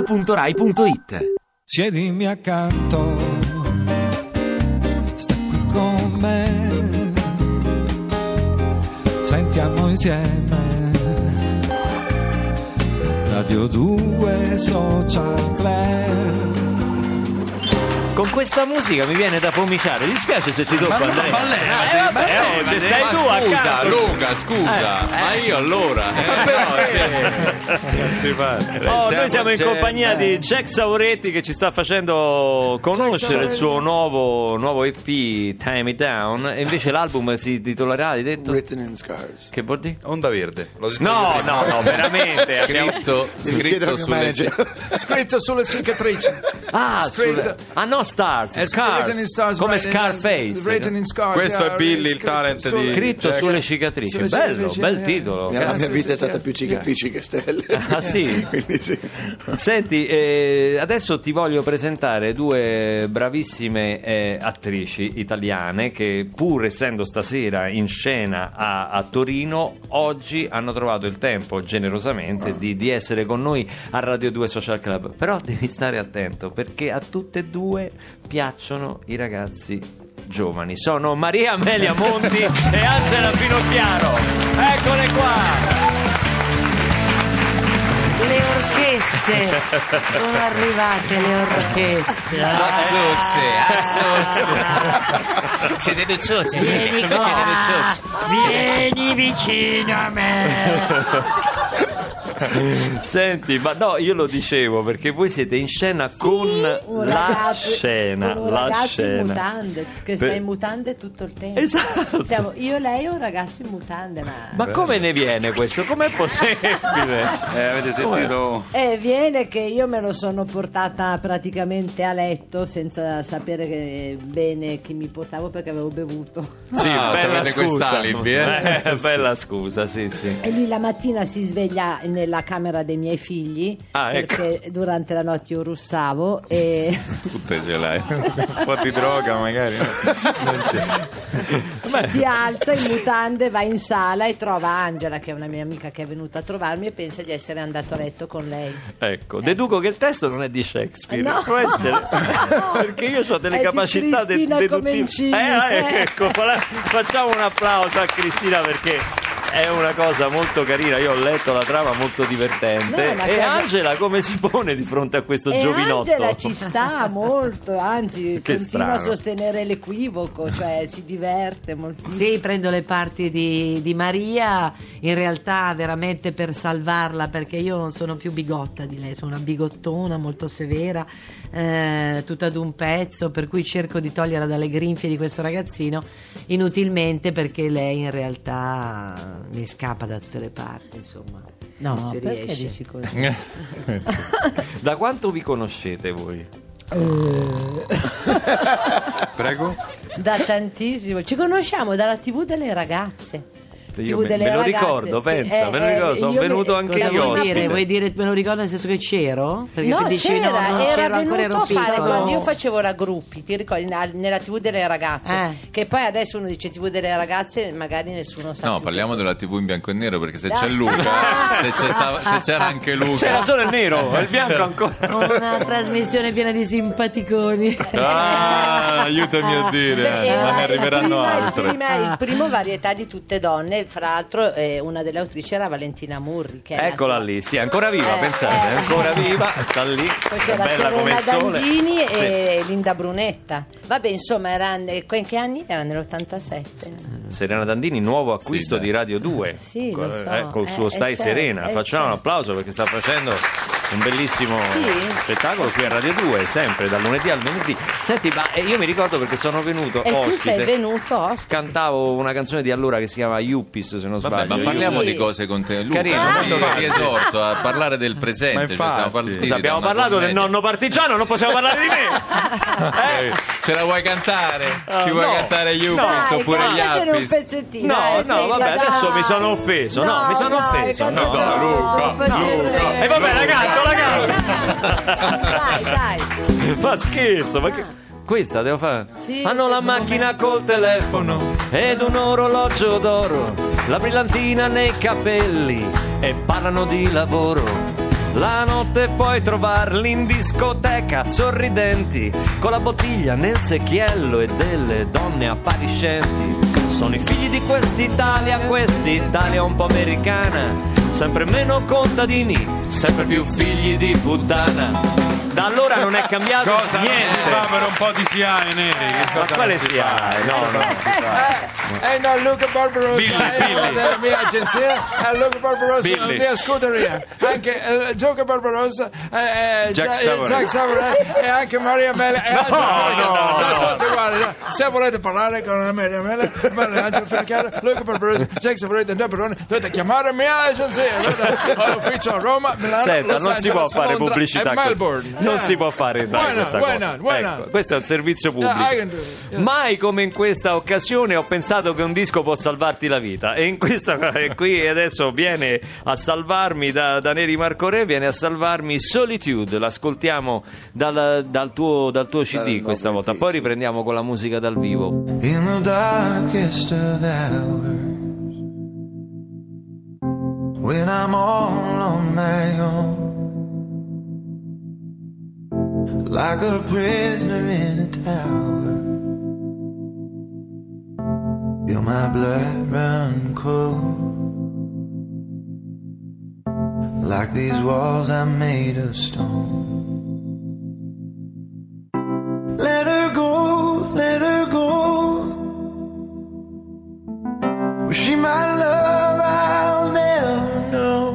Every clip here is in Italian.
radio2pod.rai.it Siedimi accanto, sta qui con me, sentiamo insieme Radio 2 Social 3. Con questa musica mi viene da pomiciare. Dispiace se ti tocco, Andrea. Pallerati, Eh, vabbè, Pallerati. ci stai ma tu Eh, scusa, accanto. Luca, scusa, ma io allora. eh. eh. Oh, noi Stiamo siamo in sempre- compagnia di Jack Sauretti che ci sta facendo conoscere il suo nuovo, nuovo EP Time It Down e invece l'album si titolerà, hai detto? Written in Scars. Che vuol dire? Onda verde. Lo dico io No, prima. no, no, veramente. abbiamo- Scritto, chiedo al scritto mio sulle scritto sulle cicatrici. Ah, Scritto- sulle- ah, no, Stars, È written Scars, in stars, come written in- Scarface. written in scars, Questo yeah, è Billy, il scritto talent sulle- di- Scritto Jack. sulle cicatrici, sulle bello, cicatrici, bel eh. Yeah. titolo. Eh, Grazie, sì, La Ah, mia vita sì, è stata sì. più cicatrici che stelle. Ah, sì? Quindi sì. Senti, eh, adesso ti voglio presentare due bravissime eh, attrici italiane che pur essendo stasera in scena a, a Torino, oggi hanno trovato il tempo generosamente di, di essere con noi a Radio 2 Social Club. Però devi stare attento perché a tutte e due piacciono i ragazzi giovani. Sono Maria Amelia Monti e Angela Finocchiaro. Eccole qua! Le orchesse sono arrivate le orchesse. Azzuzze, azzuzze. Siete due ciozzi, siete siete due ciozzi. Vieni vicino a me. Senti, ma no, io lo dicevo perché voi siete in scena con un la ragazzo- scena, con un la ragazzo scena. in mutande Per- che sta in mutande tutto il tempo Esatto. Siamo io lei e un ragazzo in mutande ma, Ma come ne viene questo? Com'è possibile? Eh, avete sentito? Eh, viene che io me lo sono portata praticamente a letto senza sapere che- bene chi mi portavo perché avevo bevuto Sì, Ah, bella c'avete scusa. quest'alibi, eh? bella scusa, sì, sì. E lui la mattina si sveglia nella camera dei miei figli Ah, ecco. perché durante la notte io russavo e Tutte ce l'hai. Un po' di droga, magari. no? Non c'è. si alza in mutande, va in sala e trova Angela, che è una mia amica che è venuta a trovarmi e pensa di essere andato a letto con lei. Ecco, deduco che il testo non è di Shakespeare, No. può essere perché io ho delle È di capacità de- Cristina deduttive. Comencini. Eh, eh, ecco, fa- facciamo un applauso a Cristina perché è una cosa molto carina. Io ho letto la trama molto divertente. No, ma e cosa- Angela come si pone di fronte a questo e giovinotto? Angela ci sta molto, anzi Che continua strano. a sostenere l'equivoco, cioè si diverte moltissimo. Sì, prendo le parti di, di Maria, in realtà veramente per salvarla, perché io non sono più bigotta di lei, sono una bigottona molto severa, eh, tutta ad un pezzo, per cui cerco di toglierla dalle grinfie di questo ragazzino, inutilmente perché lei in realtà mi scappa da tutte le parti, insomma. No, non si perché riesce. dici così? Da quanto vi conoscete voi? Eh. Prego. Da tantissimo. Ci conosciamo dalla TV delle ragazze. Io TV me- delle me lo ragazze. ricordo, pensa, Eh, me lo eh, ricordo, sono io me- venuto anche cosa Cosa io. vuol vuoi ospite. dire? Vuoi dire, me lo ricordo nel senso che c'ero? Perché No, mi dici no, c'era, non era c'ero ancora ero venuto a fare piccolo. quando io facevo la gruppi, ti ricordi, na- nella TV delle ragazze, Eh. che poi adesso uno dice TV delle ragazze, magari nessuno sa. No, più. parliamo della TV in bianco e nero perché se c'è Luca, se, c'è stava- se c'era anche C'era Luca. solo il nero, il bianco ancora. Una trasmissione piena di simpaticoni. Ah, aiutami a dire, Perché ma la- ne arriveranno prima- il altre. prima- Il primo varietà di tutte donne, fra l'altro eh, una delle autrici era Valentina Murri, che è Eccola la- lì, sì, è ancora viva, Eh, pensate, è eh. ancora viva, sta lì, Poi è c'era bella come Serena il sole. Dandini Sì. e Linda Brunetta. Vabbè, insomma, era ne- in che anni? Era nell'87. Serena Dandini, nuovo acquisto Sì, dai. di Radio 2 Sì, Co- lo so. eh, col suo Eh, Stai eh, certo, Serena. eh, Facciamo un certo. applauso perché sta facendo un bellissimo Sì. spettacolo qui a Radio 2, sempre dal lunedì al venerdì. Senti, ma eh, io mi ricordo perché sono venuto E tu ospite. sei venuto ospite. Cantavo una canzone di allora che si chiama Yuppis, se non Vabbè, sbaglio. ma parliamo di cose con te. Luca, Carino, molto io ti carino. esorto a parlare del Ma presente. cioè, infatti. stiamo partiti Scusa, abbiamo da una parlato del commedia. nonno partigiano, non possiamo parlare di me. Eh? Ce la vuoi cantare? Ci vuoi Ah, no. cantare Yuppies Dai, oppure gli cantatene un Appis? pezzettino. No, dai, no, sì, vabbè, dai. adesso mi sono offeso. No, mi sono dai, offeso. No, cantatene no. un Luca, pezzettino. Luca. E vabbè, la canto, la canto. Dai, dai. Fa scherzo, ma che... Questa devo fare? Sì, Hanno la questo macchina col telefono ed un orologio d'oro, la brillantina nei capelli e parlano di lavoro. La notte puoi trovarli in discoteca, sorridenti, con la bottiglia nel secchiello e delle donne appariscenti. Sono i figli di quest'Italia, quest'Italia un po' americana, sempre meno contadini, sempre più figli di puttana. Da allora non è cambiato Cosa non si niente. fa per un po' di SIAE, Neri? Che Ma cosa quale non si sia? fa? No, no. Eh, eh, no, Luca Barbarossa Billy, è Billy. della mia agenzia, eh, Luca Barbarossa è la Billy. mia scuderia, anche eh, Gioca Barbarossa, eh, eh, Jack Gia- eh, Savare. Jack Savare e anche Maria Mele. E Angelo Ferricchiaro. no, Sono no. tutti uguali, eh. Se volete parlare con Maria Mele, Maria Angelo Ferricchiaro, Luca Barbarossa, Jack Savare e Peroni, dovete chiamare la mia agenzia. Dovete- Ho l'ufficio a Roma, Milano, Senta, Los non si Angeles, può fare Londra pubblicità e così. Melbourne. Non Eh. si può fare dai, Why not? questa Why cosa. not? Why Ecco, not? questo è un servizio pubblico. Yeah, I can do it. Yeah. Mai come in questa occasione ho pensato che un disco può salvarti la vita e in questa e qui adesso viene a salvarmi da, da Neri Marco Re, viene a salvarmi Solitude, l'ascoltiamo dal, dal tuo, dal tuo CD nuovo questa volta, EP, poi sì. riprendiamo con la musica dal vivo. in the darkest of hours when I'm all on my own, like a prisoner in a tower. Feel my blood run cold, like these walls I made of stone. Let her go, let her go. Was she my love? I'll never know.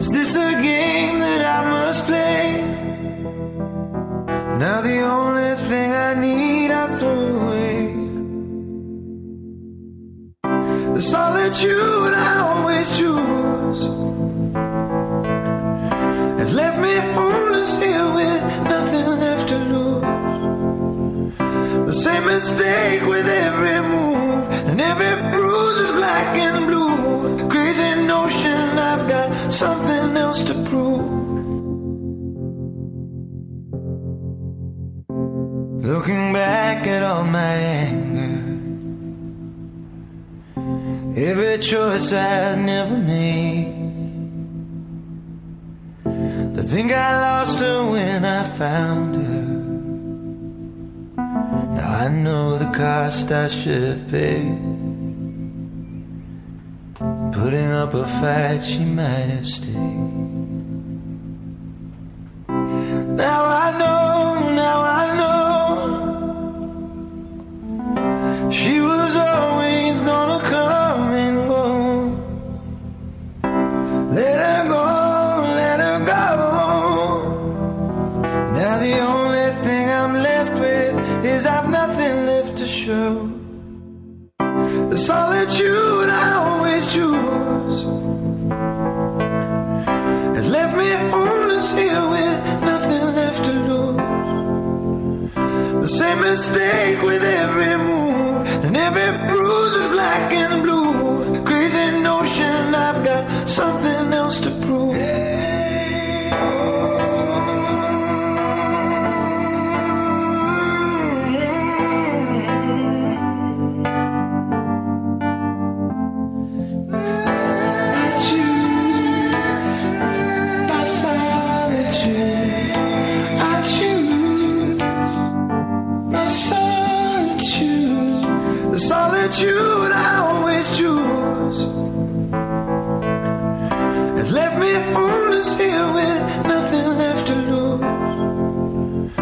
Is this a game that I must play? Now the only thing I need I threw away. The solitude I always choose has left me homeless here with nothing left to lose. The same mistake with every move, and every bruise is black and blue. Crazy notion I've got something else to prove. Looking back at all my anger, every choice I never made. To think I lost her when I found her. Now I know the cost I should have paid. Putting up a fight, she might have stayed. Now I know, now I know. She was always gonna come and go. Let her go, let her go. Now the only thing I'm left with is I've nothing left to show. The solitude I always choose has left me homeless here with nothing left to lose. The same mistake with every move, and every bruise is black and blue. Crazy notion I've got something else to prove. The Solitude I always choose has left me homeless here with nothing left to lose.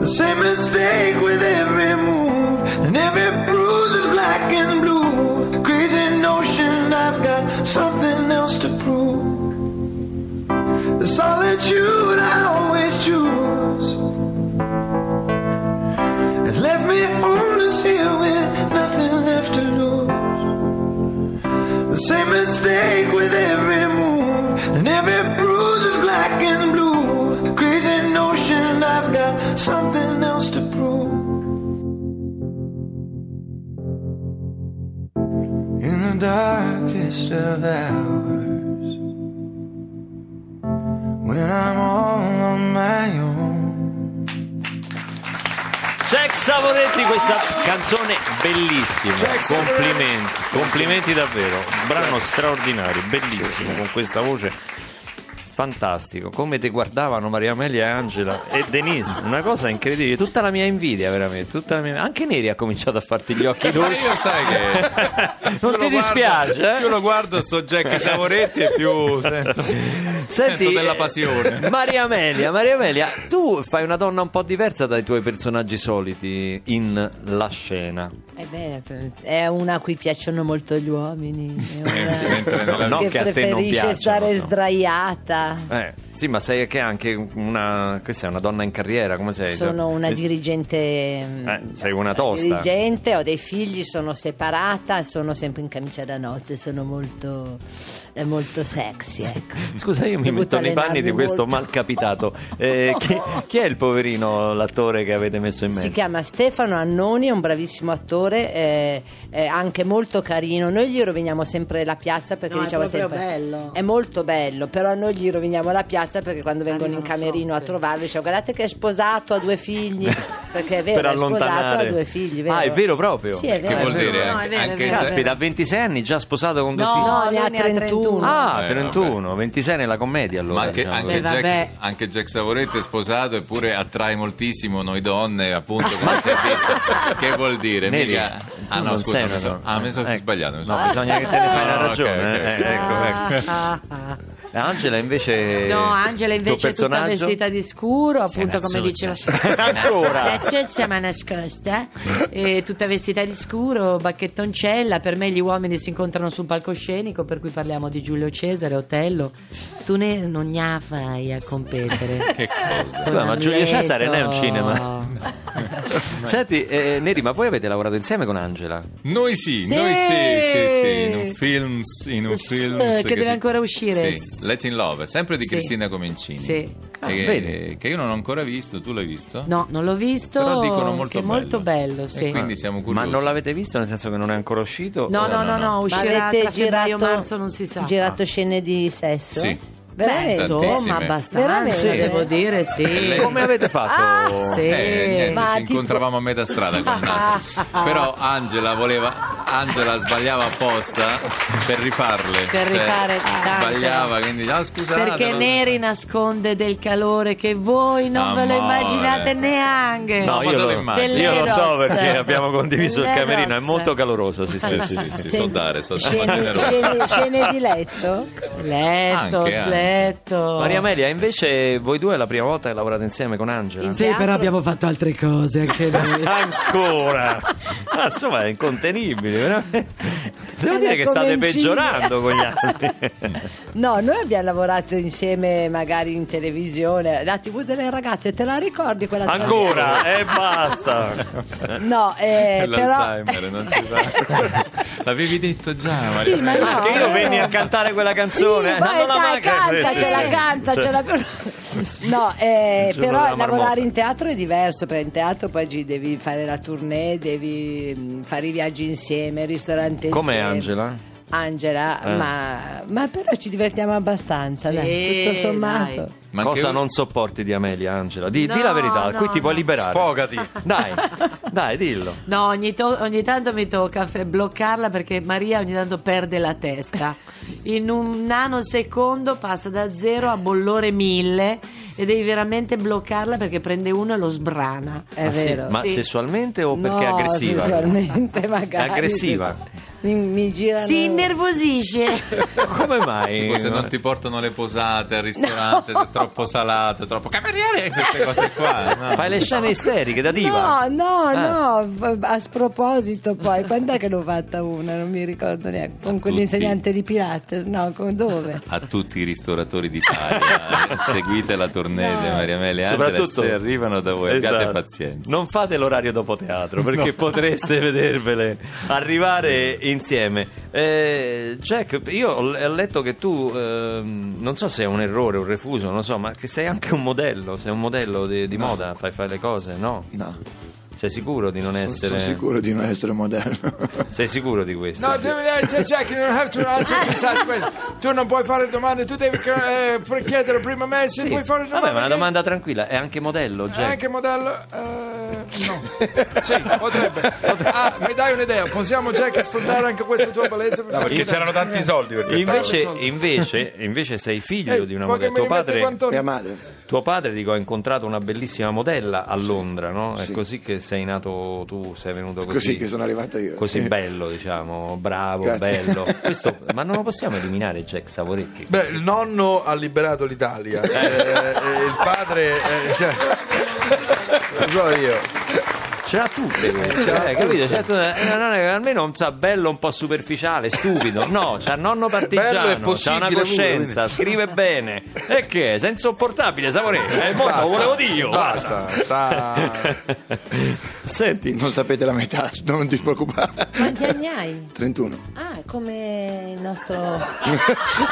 The same mistake with every move, and every bruise is black and blue. Crazy notion I've got something else to prove. The solitude I always choose has left me homeless here with nothing left to lose. The same mistake with every move, and every bruise is black and blue. Crazy notion I've got something else to prove. In the darkest of hours, when I'm all on my own. Jack Savoretti, questa canzone bellissima. Jack Savoretti. complimenti, complimenti davvero. Brano straordinario, bellissimo con questa voce. fantastico come ti guardavano Maria Amelia e Angela e Denise una cosa incredibile tutta la mia invidia veramente tutta la mia- anche Neri ha cominciato a farti gli occhi Ma dolci io sai che non ti lo guardo- dispiace eh? più lo guardo sto Jack Savoretti e più sento, sento della eh, passione. Maria Amelia, Maria Amelia, tu fai una donna un po' diversa dai tuoi personaggi soliti in la scena. Eh beh, è una a cui piacciono molto gli uomini. È Eh una sì, mentre no- no, che, che a te non preferisce piacciono, stare no. sdraiata. Eh, sì, ma sei che è anche una. Che sei una donna in carriera, come sei? Sono una Eh, dirigente. Eh, Eh, sei una tosta. Dirigente, ho dei figli, sono separata, e sono sempre in camicia da notte, sono molto, eh, molto sexy. Ecco. Scusa, io mi Devo metto nei panni di allenarmi questo molto. malcapitato. Eh, chi, chi è il poverino, l'attore che avete messo in Si mezzo? chiama Stefano Annoni, è un bravissimo attore, eh, eh, anche molto carino. Noi gli roviniamo sempre la piazza perché No, è diciamo proprio sempre bello. Ah, è molto bello, però noi gli roviniamo la piazza perché quando vengono in Arrivano camerino a forte. trovarlo diciamo guardate che è sposato, ha due figli, perché è vero, Per è sposato, ha allontanare. due figli. Ah, è vero proprio? Sì, è Che vero. vuol è dire? vero. No, no, anche- Eh, è vero, è anche- vero, è vero. Caspita, a 26 anni già sposato con due No, figli. No, ne lui ha 31. Ah, Eh, 31, 26 nella commedia allora. Ma anche, diciamo così. anche Beh, Eh, vabbè. Jack, anche Jack Savoretti è sposato eppure attrae moltissimo noi donne, appunto, come si è visto. Che vuol dire? Neri, Mica- tu Ah no, non scusa, sei mi sono una- ah, mi sono ecco. sbagliato. mi sono No, bisogna che te ne fai una Ah, ok, ragione. ok. eh, ecco, ecco. Ah, ah, Angela invece No, Angela il tuo invece è tutta personaggio? vestita di scuro, appunto nazzuccia. come diceva Ancora? La cezza ma nascosta, eh, tutta vestita di scuro, bacchettoncella, per me gli uomini si incontrano sul palcoscenico, per cui parliamo di Giulio Cesare, Otello, tu ne non ne fai a competere. Che cosa? Scusa, ma Giulio Amleto. Cesare non è un cinema. Senti, eh, Neri, ma voi avete lavorato insieme con Angela? Noi sì, Sì. noi sì, sì, sì, in un film, in un Sì, film che deve si- ancora uscire. Sì, Let in Love, sempre di Sì. Cristina Comencini. Sì. Ah, vedi. che, che io non ho ancora visto, tu l'hai visto? No, non l'ho visto, Però dicono molto che è bello. molto bello, sì. E quindi siamo curiosi. Ma non l'avete visto, nel senso che non è ancora uscito? No, O- no, no, no, Ma uscirà avete tra febbraio girato, e marzo, non si sa. girato scene di sesso? Sì. Beh, Veramente? insomma, Tantissime. abbastanza, Veramente? devo dire, sì. Ah, Come avete fatto? Sì. Eh, niente, Ma ci tipo- incontravamo a metà strada con Naso. Però Angela voleva Angela sbagliava apposta per rifarle. cioè, Per rifare tante. sbagliava, quindi ah, scusate. Perché non- Neri nasconde del calore che voi non ve lo Amore. immaginate neanche. No, io ma lo- solo immagini. Delle Io lo so rosse. perché abbiamo condiviso il Delle camerino, è rosse. molto caloroso, Ah, sì, sì. Sì, sì, sì, sì, Sì. so dare, so dare. ma Scene, generoso. scene- scene di letto? Anche, Letto, anche. sletto. Maria Amelia, invece voi due è la prima volta che lavorate insieme con Angela? In- Sì, però abbiamo fatto altre cose anche noi. Ancora! Ah, insomma, è incontenibile, veramente. Devo È dire che state come in peggiorando con gli anni. No, noi abbiamo lavorato insieme magari in televisione, la TV delle ragazze, te la ricordi quella Ancora, e basta. trasmissione? No, eh, È però l'Alzheimer, non si sa. L'avevi detto già, Maria. Sì, ma io- Ah, che eh. io venni a cantare quella canzone. Sì, eh, vai, non la dai, manca. Sì, sì, cantacela, sì. cantacela. No, eh, Il giorno della però marmotta. lavorare in teatro è diverso, perché in teatro poi gi- devi fare la tournée, devi mm, fare i viaggi insieme, ristorante Com'è insieme. Angela? Angela, Eh. ma, ma però ci divertiamo abbastanza, Sì, dai, tutto sommato. dai. Ma anche Cosa io- non sopporti di Amelia, Angela? Di, di No, la verità, no, qui ti puoi no. liberare. Sfogati. Dai, dai, dillo. No, ogni, to- ogni tanto mi tocca fe- bloccarla perché Maria ogni tanto perde la testa. In un nanosecondo passa da zero a bollore mille e devi veramente bloccarla perché prende uno e lo sbrana. È Ah, sì, vero. ma Sì. sessualmente o perché è No, aggressiva? sessualmente magari. È aggressiva. Mi, mi girano. Si innervosisce. Come mai? Tipo se non ti portano le posate al ristorante, se è troppo salato, troppo cameriere, queste cose qua. no? Fai le scene isteriche da diva. No, no, Ah. no, a sproposito poi, quando è che l'ho fatta una? Non mi ricordo neanche, con quell'insegnante di Pilates, no, con dove? a tutti i ristoratori d'Italia. Seguite la tournée di Maria Mele Angela se arrivano da voi, abbiate Esatto. pazienza. Non fate l'orario dopo teatro perché potreste vedervele arrivare insieme. Eh, Jack, io ho ho letto che tu, ehm, non so se è un errore, un refuso, non lo so, ma che sei anche un modello, sei un modello di, di moda, fai fare le cose, no? No, Sei sicuro di non essere... sono sicuro di non essere modello. Sei sicuro di questo? No, cioè, eh, devi Sì. dire, Jack, you don't have to answer to such questions. Tu non puoi fare domande, tu devi eh, pre- chiedere prima a me se Sì. puoi fare domande. Vabbè, ma una domanda tranquilla, è anche modello, Che- Jack. Eh, che modello? Eh, No. Sì, potrebbe. Ah, mi dai un'idea, possiamo Jack sfruttare anche questa tua bellezza per No, perché fare- c'erano tanti soldi per quest'anno. Invece, invece, invece sei figlio Ehi, di una vuoi Eh, che modella. mi Tuo rimetti padre, quanto- Mia madre. tuo padre, dico, ha incontrato una bellissima modella a Londra, no? È sì. così che sei nato tu, sei venuto così. Così che sono arrivato io, Così sì. bello, diciamo, bravo, Grazie. bello. Questo- ma non lo possiamo eliminare, Jack Savoretti. Beh, il nonno ha liberato l'Italia, eh, e il padre... eh, cioè, lo so io. Ce l'ha tutte, queste, eh, capito? Cioè, tu- eh, no, no, eh, almeno un sa bello un po' superficiale, stupido. No, c'ha nonno Bello e partigiano, c'ha possibile una pure, coscienza, scrive bene. E che è? Sei insopportabile, Savoretti. Eh, mo te lo volevo dire io, guarda. Basta, sta... Senti, Non sapete la metà, non ti preoccupare. Quanti anni hai? 31. Ah, è come il nostro...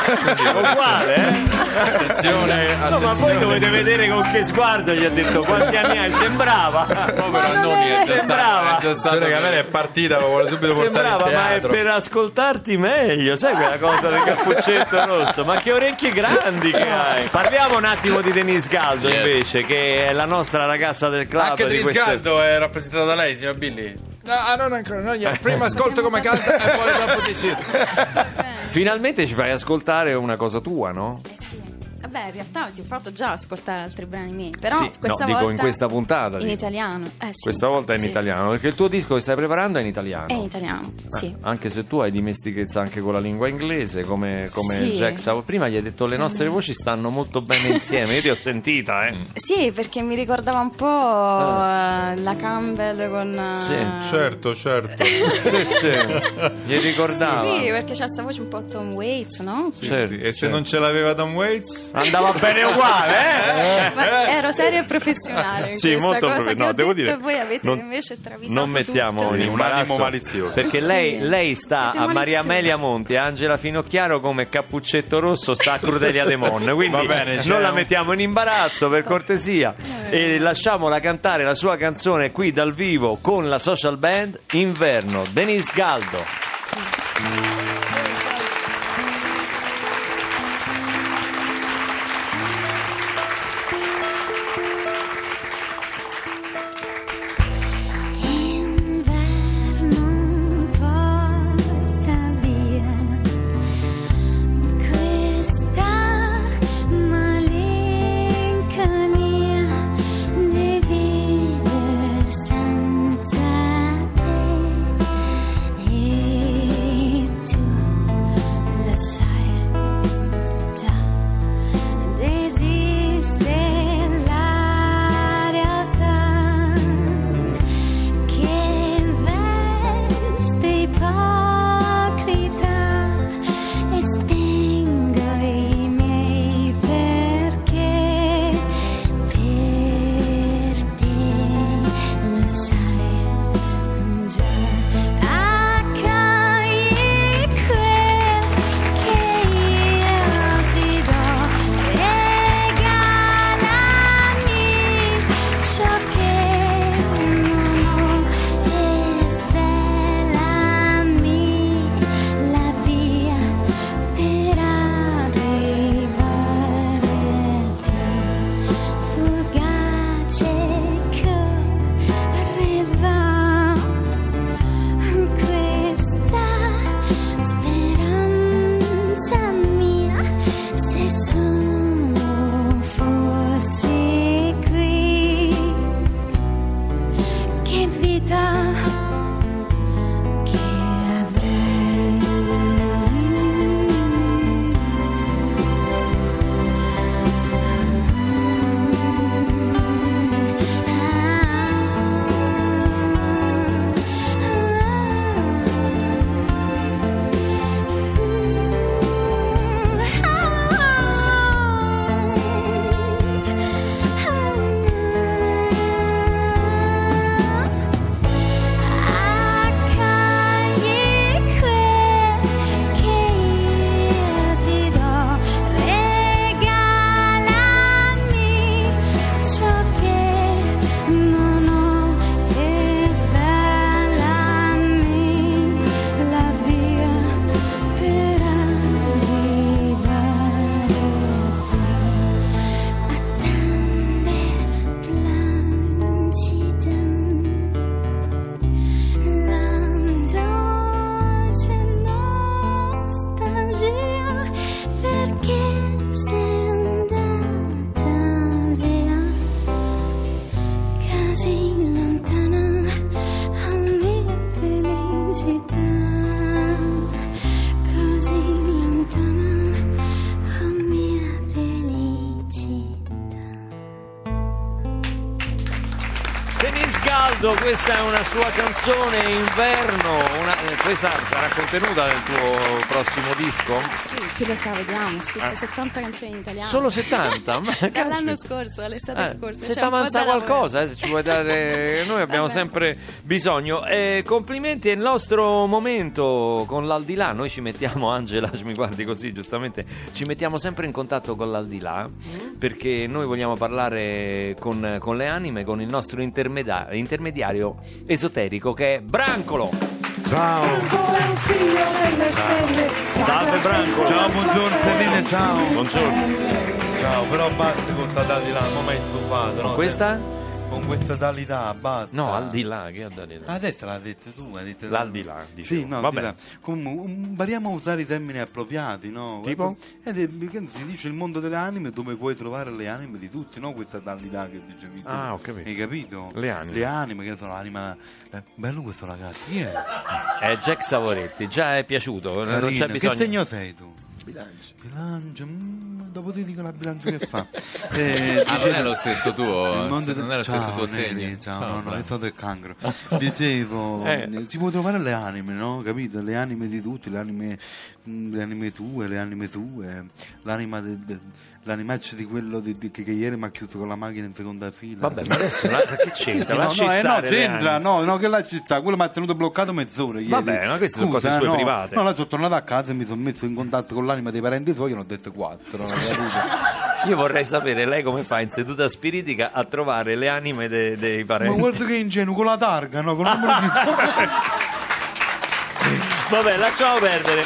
uguale, eh? Eh, Attenzione, No, ma voi dovete vedere con che sguardo gli ha detto quanti anni hai, sembrava. povero Annoni è già Sembrava. stato, è già stato Attenzione che a me è partita, ma vuole subito portare in Sembrava, ma è teatro. per ascoltarti meglio, sai quella cosa del cappuccetto rosso? Ma che orecchie grandi che hai! Parliamo un attimo di Denise Galdo Yes. invece, che è la nostra ragazza del club. Anche di queste- Trisgaldo è rappresentato da lei, signor Billy. No, ah, non ancora, no, io prima ascolto come canta e poi dopo decido. Finalmente ci fai ascoltare una cosa tua, no? Eh sì. Vabbè, in realtà ti ho fatto già ascoltare altri brani miei, però Sì, no, questa dico, volta in questa puntata, in dico. italiano. Eh, sì. Questa volta è in Sì. italiano, perché il tuo disco che stai preparando è in italiano. È in italiano, sì. Ah, Anche se tu hai dimestichezza anche con la lingua inglese, come, come Sì. Mm. Jack Savo. Prima gli hai detto le nostre voci stanno molto bene insieme. Io ti ho sentita, eh. Sì, perché mi ricordava un po' eh, la Campbell con eh, Sì, Certo, certo. Sì, sì. Gli ricordava. Sì, perché c'è sta voce un po' Tom Waits, no? Sì, Certo, sì. E se non ce l'aveva Tom Waits? Andava bene uguale, eh? Ma ero seria e professionale in Sì, questa molto cosa profe- che no, ho devo detto dire, e voi avete non- invece travisato Non mettiamo tutto. in Un imbarazzo animo malizioso. Perché lei, lei sta Siete a Maria maliziosi. Amelia Monti e a Angela Finocchiaro come Cappuccetto Rosso sta a Crudelia De Mon. Quindi bene, c'è non la un- mettiamo in imbarazzo per cortesia. E lasciamola cantare la sua canzone qui dal vivo con la social band Inverno, Denise Galdo. Inverno porta via questa malinconia di vivere senza te e tu Ah, oh ricordo, questa è una sua canzone Inverno, una- eh, questa sarà contenuta nel tuo prossimo disco? Sì, chi lo sa, vediamo. Ho scritto Ah. 70 canzoni in italiano. Solo 70? Ma Dall'anno caspita. scorso, all'estate Eh, scorsa. se c'è ti un po' avanza da lavorare. qualcosa, eh, se ci vuoi dare, noi abbiamo Vabbè. sempre bisogno. Eh, complimenti, è il nostro momento con l'aldilà. Noi ci mettiamo, Angela, mi guardi così giustamente, ci mettiamo sempre in contatto con l'aldilà Mm. perché noi vogliamo parlare con, con le anime, con il nostro intermeda- intermediario esoterico che è Brancolo. Ciao. Salve Branco. Ciao, buongiorno Celine, ciao. Buongiorno. Ciao, però basta con questa talità, un momento fatto. Con questa? Con questa talità, basta. No, al di là, che al di là? Adesso l'ha detto tu, hai detto L'al di là, dicevo. Sì, no, Vabbè. di là. Comunque, um, variamo a usare i termini appropriati, no? Tipo? Ed è, che si dice il mondo delle anime dove puoi trovare le anime di tutti, no? Questa talità che dicevi tu. Ah, ho capito. Hai capito? Le anime. Le anime, che sono l'anima... eh, bello questo ragazzo, chi è? È Eh, Jack Savoretti, già è piaciuto, non Carino. c'è bisogno. Che segno sei tu? Bilancio. Bilancia, mm, dopo ti dico la bilancia che fa. Eh, Ah, non è lo stesso tuo, eh, Il mondo del- non è lo stesso Ciao, tuo Nelly, segno. Ciao, Ciao, no, no, bravo. è stato il cancro. Dicevo, Eh. eh, si può trovare le anime, no? Capito? Le anime di tutti, le anime, mm, le anime tue, le anime tue, l'anima del... del- L'animaccio di quello di- di- che, che ieri mi ha chiuso con la macchina in seconda fila. Vabbè, ma adesso la- che c'entra? Sì, sì, Lasci no, no, eh, no, stare le c'entra, anime. no, no, che là ci sta. Quello mi ha tenuto bloccato mezz'ora ieri. Vabbè, ma queste sono Scusa, cose sue no. private. No, là sono tornato a casa e mi sono messo in contatto con l'anima dei parenti tuoi, io ne ho detto quattro. Io vorrei sapere lei come fa in seduta spiritica a trovare le anime de- dei Ma parenti. guarda che ingenuo, con la targa, no? Con il numero di Vabbè, lasciamo perdere.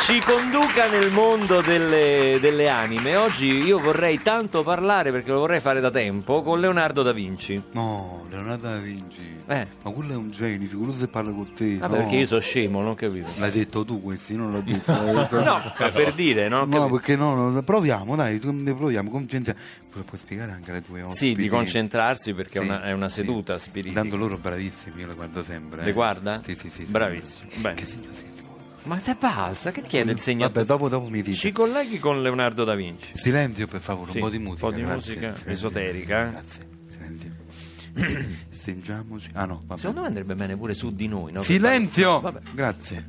Ci conduca nel mondo delle, delle anime. Oggi io vorrei tanto parlare, perché lo vorrei fare da tempo, con Leonardo da Vinci. No, Leonardo da Vinci. Eh. Ma quello è un genio, figurati se parla con te. Vabbè, no? Ah, perché io sono scemo, non ho capito. L'hai detto tu questi, io non l'ho detto. No, ma per dire, no? No, perché no, no, proviamo, dai, tu- ne proviamo, concentriamo. Pu- Puoi spiegare anche le tue ospiti? Sì, di concentrarsi perché è Sì, una, è una sì. seduta spiritica. Tanto loro bravissimi, io le guardo sempre. Le eh. guarda? Sì, sì, sì. sì. Bravissimo. Bene. Ma te basta, che chiede il segno? Vabbè, dopo, dopo mi dici. Ci colleghi con Leonardo da Vinci. Silenzio per favore, Sì, un po' di musica. Un po' di grazie. musica Silenzio. esoterica. Grazie, silenzio. Stringiamoci. Ah no, vabbè. Secondo me andrebbe bene pure su di noi, no? Silenzio! Vabbè. Grazie.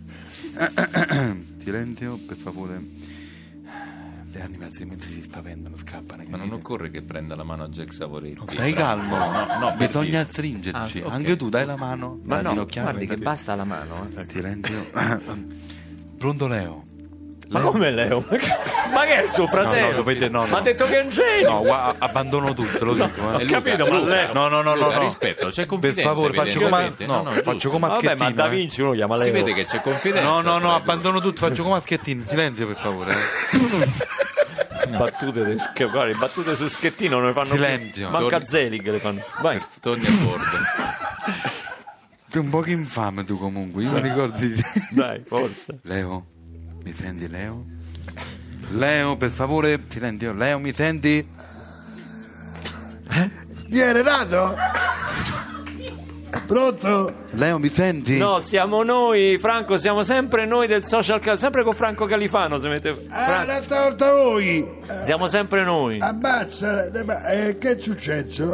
Silenzio, per favore. Le anime altrimenti si spaventano, scappano. Ma non occorre che prenda la mano a Jack Savoretti. Stai calmo, per bisogna dire. stringerci. Ah, ok. Anche tu dai la mano. Ma dai no, ginocchiamo, guardi che dai- basta la mano. eh. Silenzio. Pronto Leo? Ma come eh. Leo? Ma che è suo fratello? No, no, dovete- no, no. Ha detto che è un genio. No, gua- abbandono tutto, lo dico. Ho eh. capito, ma Leo. No, no, no, no, Luca, no. rispettalo, Per c'è confidenza. favore, faccio come, evidentemente. no, No, no, giusto. faccio come a Vabbè, ma Schiettino, Da eh. Vinci uno chiama Leo. Si vede che c'è confidenza. No, no, tra i no, due. abbandono tutto, faccio come a Schiettino. Silenzio, per favore. eh. battute, de- che, guarda, battute su schettino non ne fanno più. Silenzio. Manca Torni- Zeli che le fanno. Vai. Torni a bordo. Sei un po' che infame tu comunque, io mi ricordi. Dai, forza. Leo, mi senti Leo? Leo, per favore, silenzio. Leo, mi senti? Eh? Vieni, Renato? Pronto? Leo, mi senti? No, siamo noi, Franco, siamo sempre noi del social club, sempre con Franco Califano, se mette- Ah, Fra- l'altra volta voi! siamo sempre noi. Ammazza! eh, ma, eh, che è successo?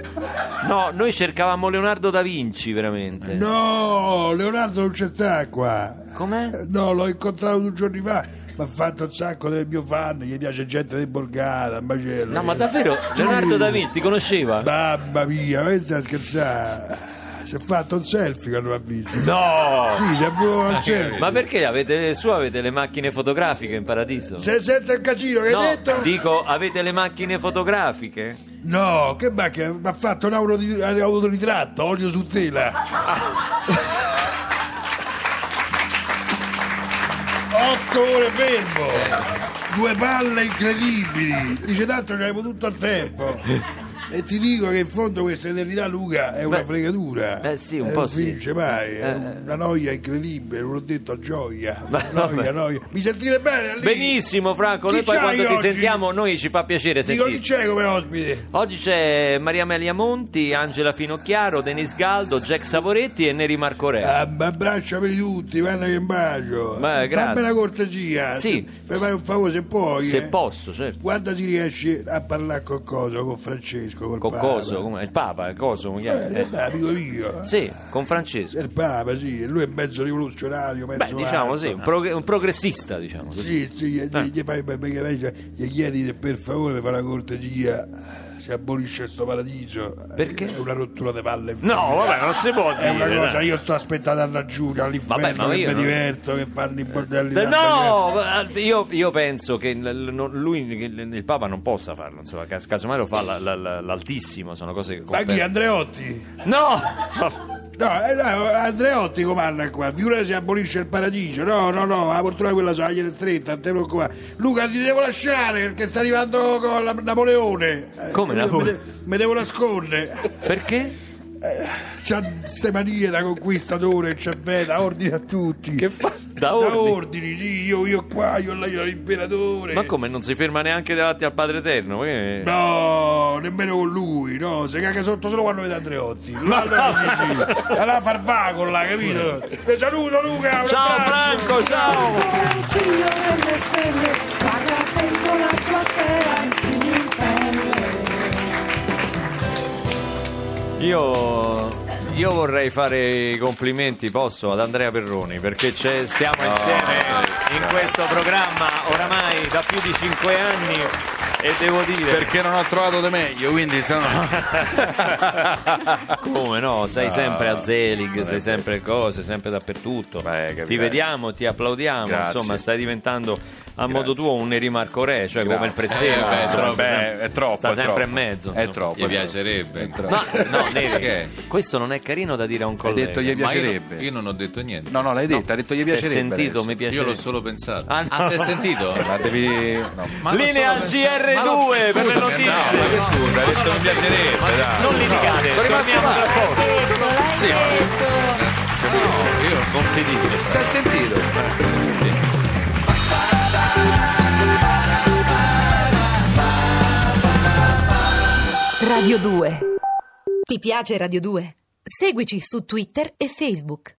No, noi cercavamo Leonardo da Vinci, veramente. No, Leonardo non c'è sta qua. Com'è? No, l'ho incontrato due giorni fa. Mi ha fatto un sacco del mio fan, gli piace gente di borgata, un macello. No, ma davvero, Leonardo da Vinci ti conosceva? Mamma mia, questa è scherzata. Si è fatto un selfie quando mi ha visto. No! Sì, si è fatto un selfie. Ma perché avete, su avete le macchine fotografiche in paradiso? Se sente il casino che hai detto? No, dico, avete le macchine fotografiche? No, che macchina? Mi ha fatto un autorit- un autoritratto, olio su tela. Otto ore fermo, due palle incredibili. Dice tanto ci avevo tutto il tempo. E ti dico che in fondo questa eternità, Luca, è una Beh, fregatura. beh, sì, un Eh, po' non sì. finisce mai, è Eh, una noia incredibile, non l'ho detto a gioia. Ma vabbè. Noia, noia. Mi sentite bene lì? Benissimo, Franco, Chi noi poi c'hai quando ti oggi? sentiamo noi ci fa piacere Dico chi sentirti. c'è come ospite? Oggi c'è Maria Amelia Monti, Angela Finocchiaro, Denis Galdo, Jack Savoretti e Neri Marco Re. Ah, ma abbraccio per tutti, vanno che un bacio. Ma grazie. Fammi una cortesia. Sì. Per fare un favore se puoi. Se eh. posso, certo. Guarda se riesci a parlare con cosa, con Francesco, Francesco col Con coso, come- il Papa, il coso, come Papa. Eh, chiama? vabbè, dico io. Sì, con Francesco. Il Papa, sì, e lui è mezzo rivoluzionario, mezzo Beh, diciamo matto. sì, un, prog- un progressista, diciamo così. Sì, sì, gli, gli, fai- perché vai, cioè, gli chiedi se per favore per fare la cortesia si abolisce questo paradiso. Perché? È una rottura di palle. No, vabbè, non si può È una dire, cosa, dai. io sto aspettando a raggiungere Vabbè, all'inferno ma che io mi non- diverto, che fanno i bordelli. Eh, tanta gente. No, ma eh, io, io penso che l- non- lui, che l- il Papa non possa farlo, insomma, cas- casomai lo fa la- la- la- l'altissimo, sono cose che... Ma chi, competenze. Andreotti? No! No, eh, no, Andreotti comanda qua, figura si abolisce il paradiso, no, no, no, la fortuna quella sa gliela è stretta, non te preoccupare. Luca ti devo lasciare perché sta arrivando con la- Napoleone. Eh, Come mi- Napole- Mi, de- mi devo nascondere. Perché? C'ha queste manie da conquistatore, c'è veda, ordini a tutti. Che fa? Da, Da ordini? ordini, sì, io, io qua, io là, io l'imperatore. Ma come non si ferma neanche davanti al Padre Eterno? Perché- No, nemmeno con lui, no, si caga sotto solo quando vede Andreotti. Ma la farvacola, capito? Ti saluto Luca, un Ciao, abbraccio. Franco, ciao. Il figlio delle stelle paga dentro la sua speranza in Io, io vorrei fare i complimenti, posso, ad Andrea Perroni, perché c'è- siamo insieme in questo programma oramai da più di cinque anni e devo dire... Perché non ho trovato di meglio, quindi sono... Come no? Sei No. sempre a Zelig, sei sempre cose, sempre dappertutto. ti vediamo, ti applaudiamo. Eh, Grazie. Insomma, stai diventando a modo tuo un Eri Marco Re, cioè come il Grazie. prezzemolo. Eh, beh, è insomma, troppo, sta- è troppo, Sta è sempre troppo. in mezzo. È troppo, Gli è piacerebbe. No, no, Neri, Perché? questo non è carino da dire a un collega. detto gli Ma io- piacerebbe. Io, non ho detto niente. No, no, l'hai detto, ha detto gli Si è piacerebbe. sentito, mi Io piacerebbe. l'ho solo pensato. Ah, Ah, no. si è sentito? Sì, ma devi... No. Ma l'ho Linea solo pensato- GR2 ma l'ho- per le scusami, notizie. no, ma che scusa, hai detto mi piacerebbe. dai. Non litigate, Sono rimasto torniamo male. tra poco. Sì, No, io Non si dice. Si è sentito. Radio 2. Ti piace Radio 2? Seguici su Twitter e Facebook.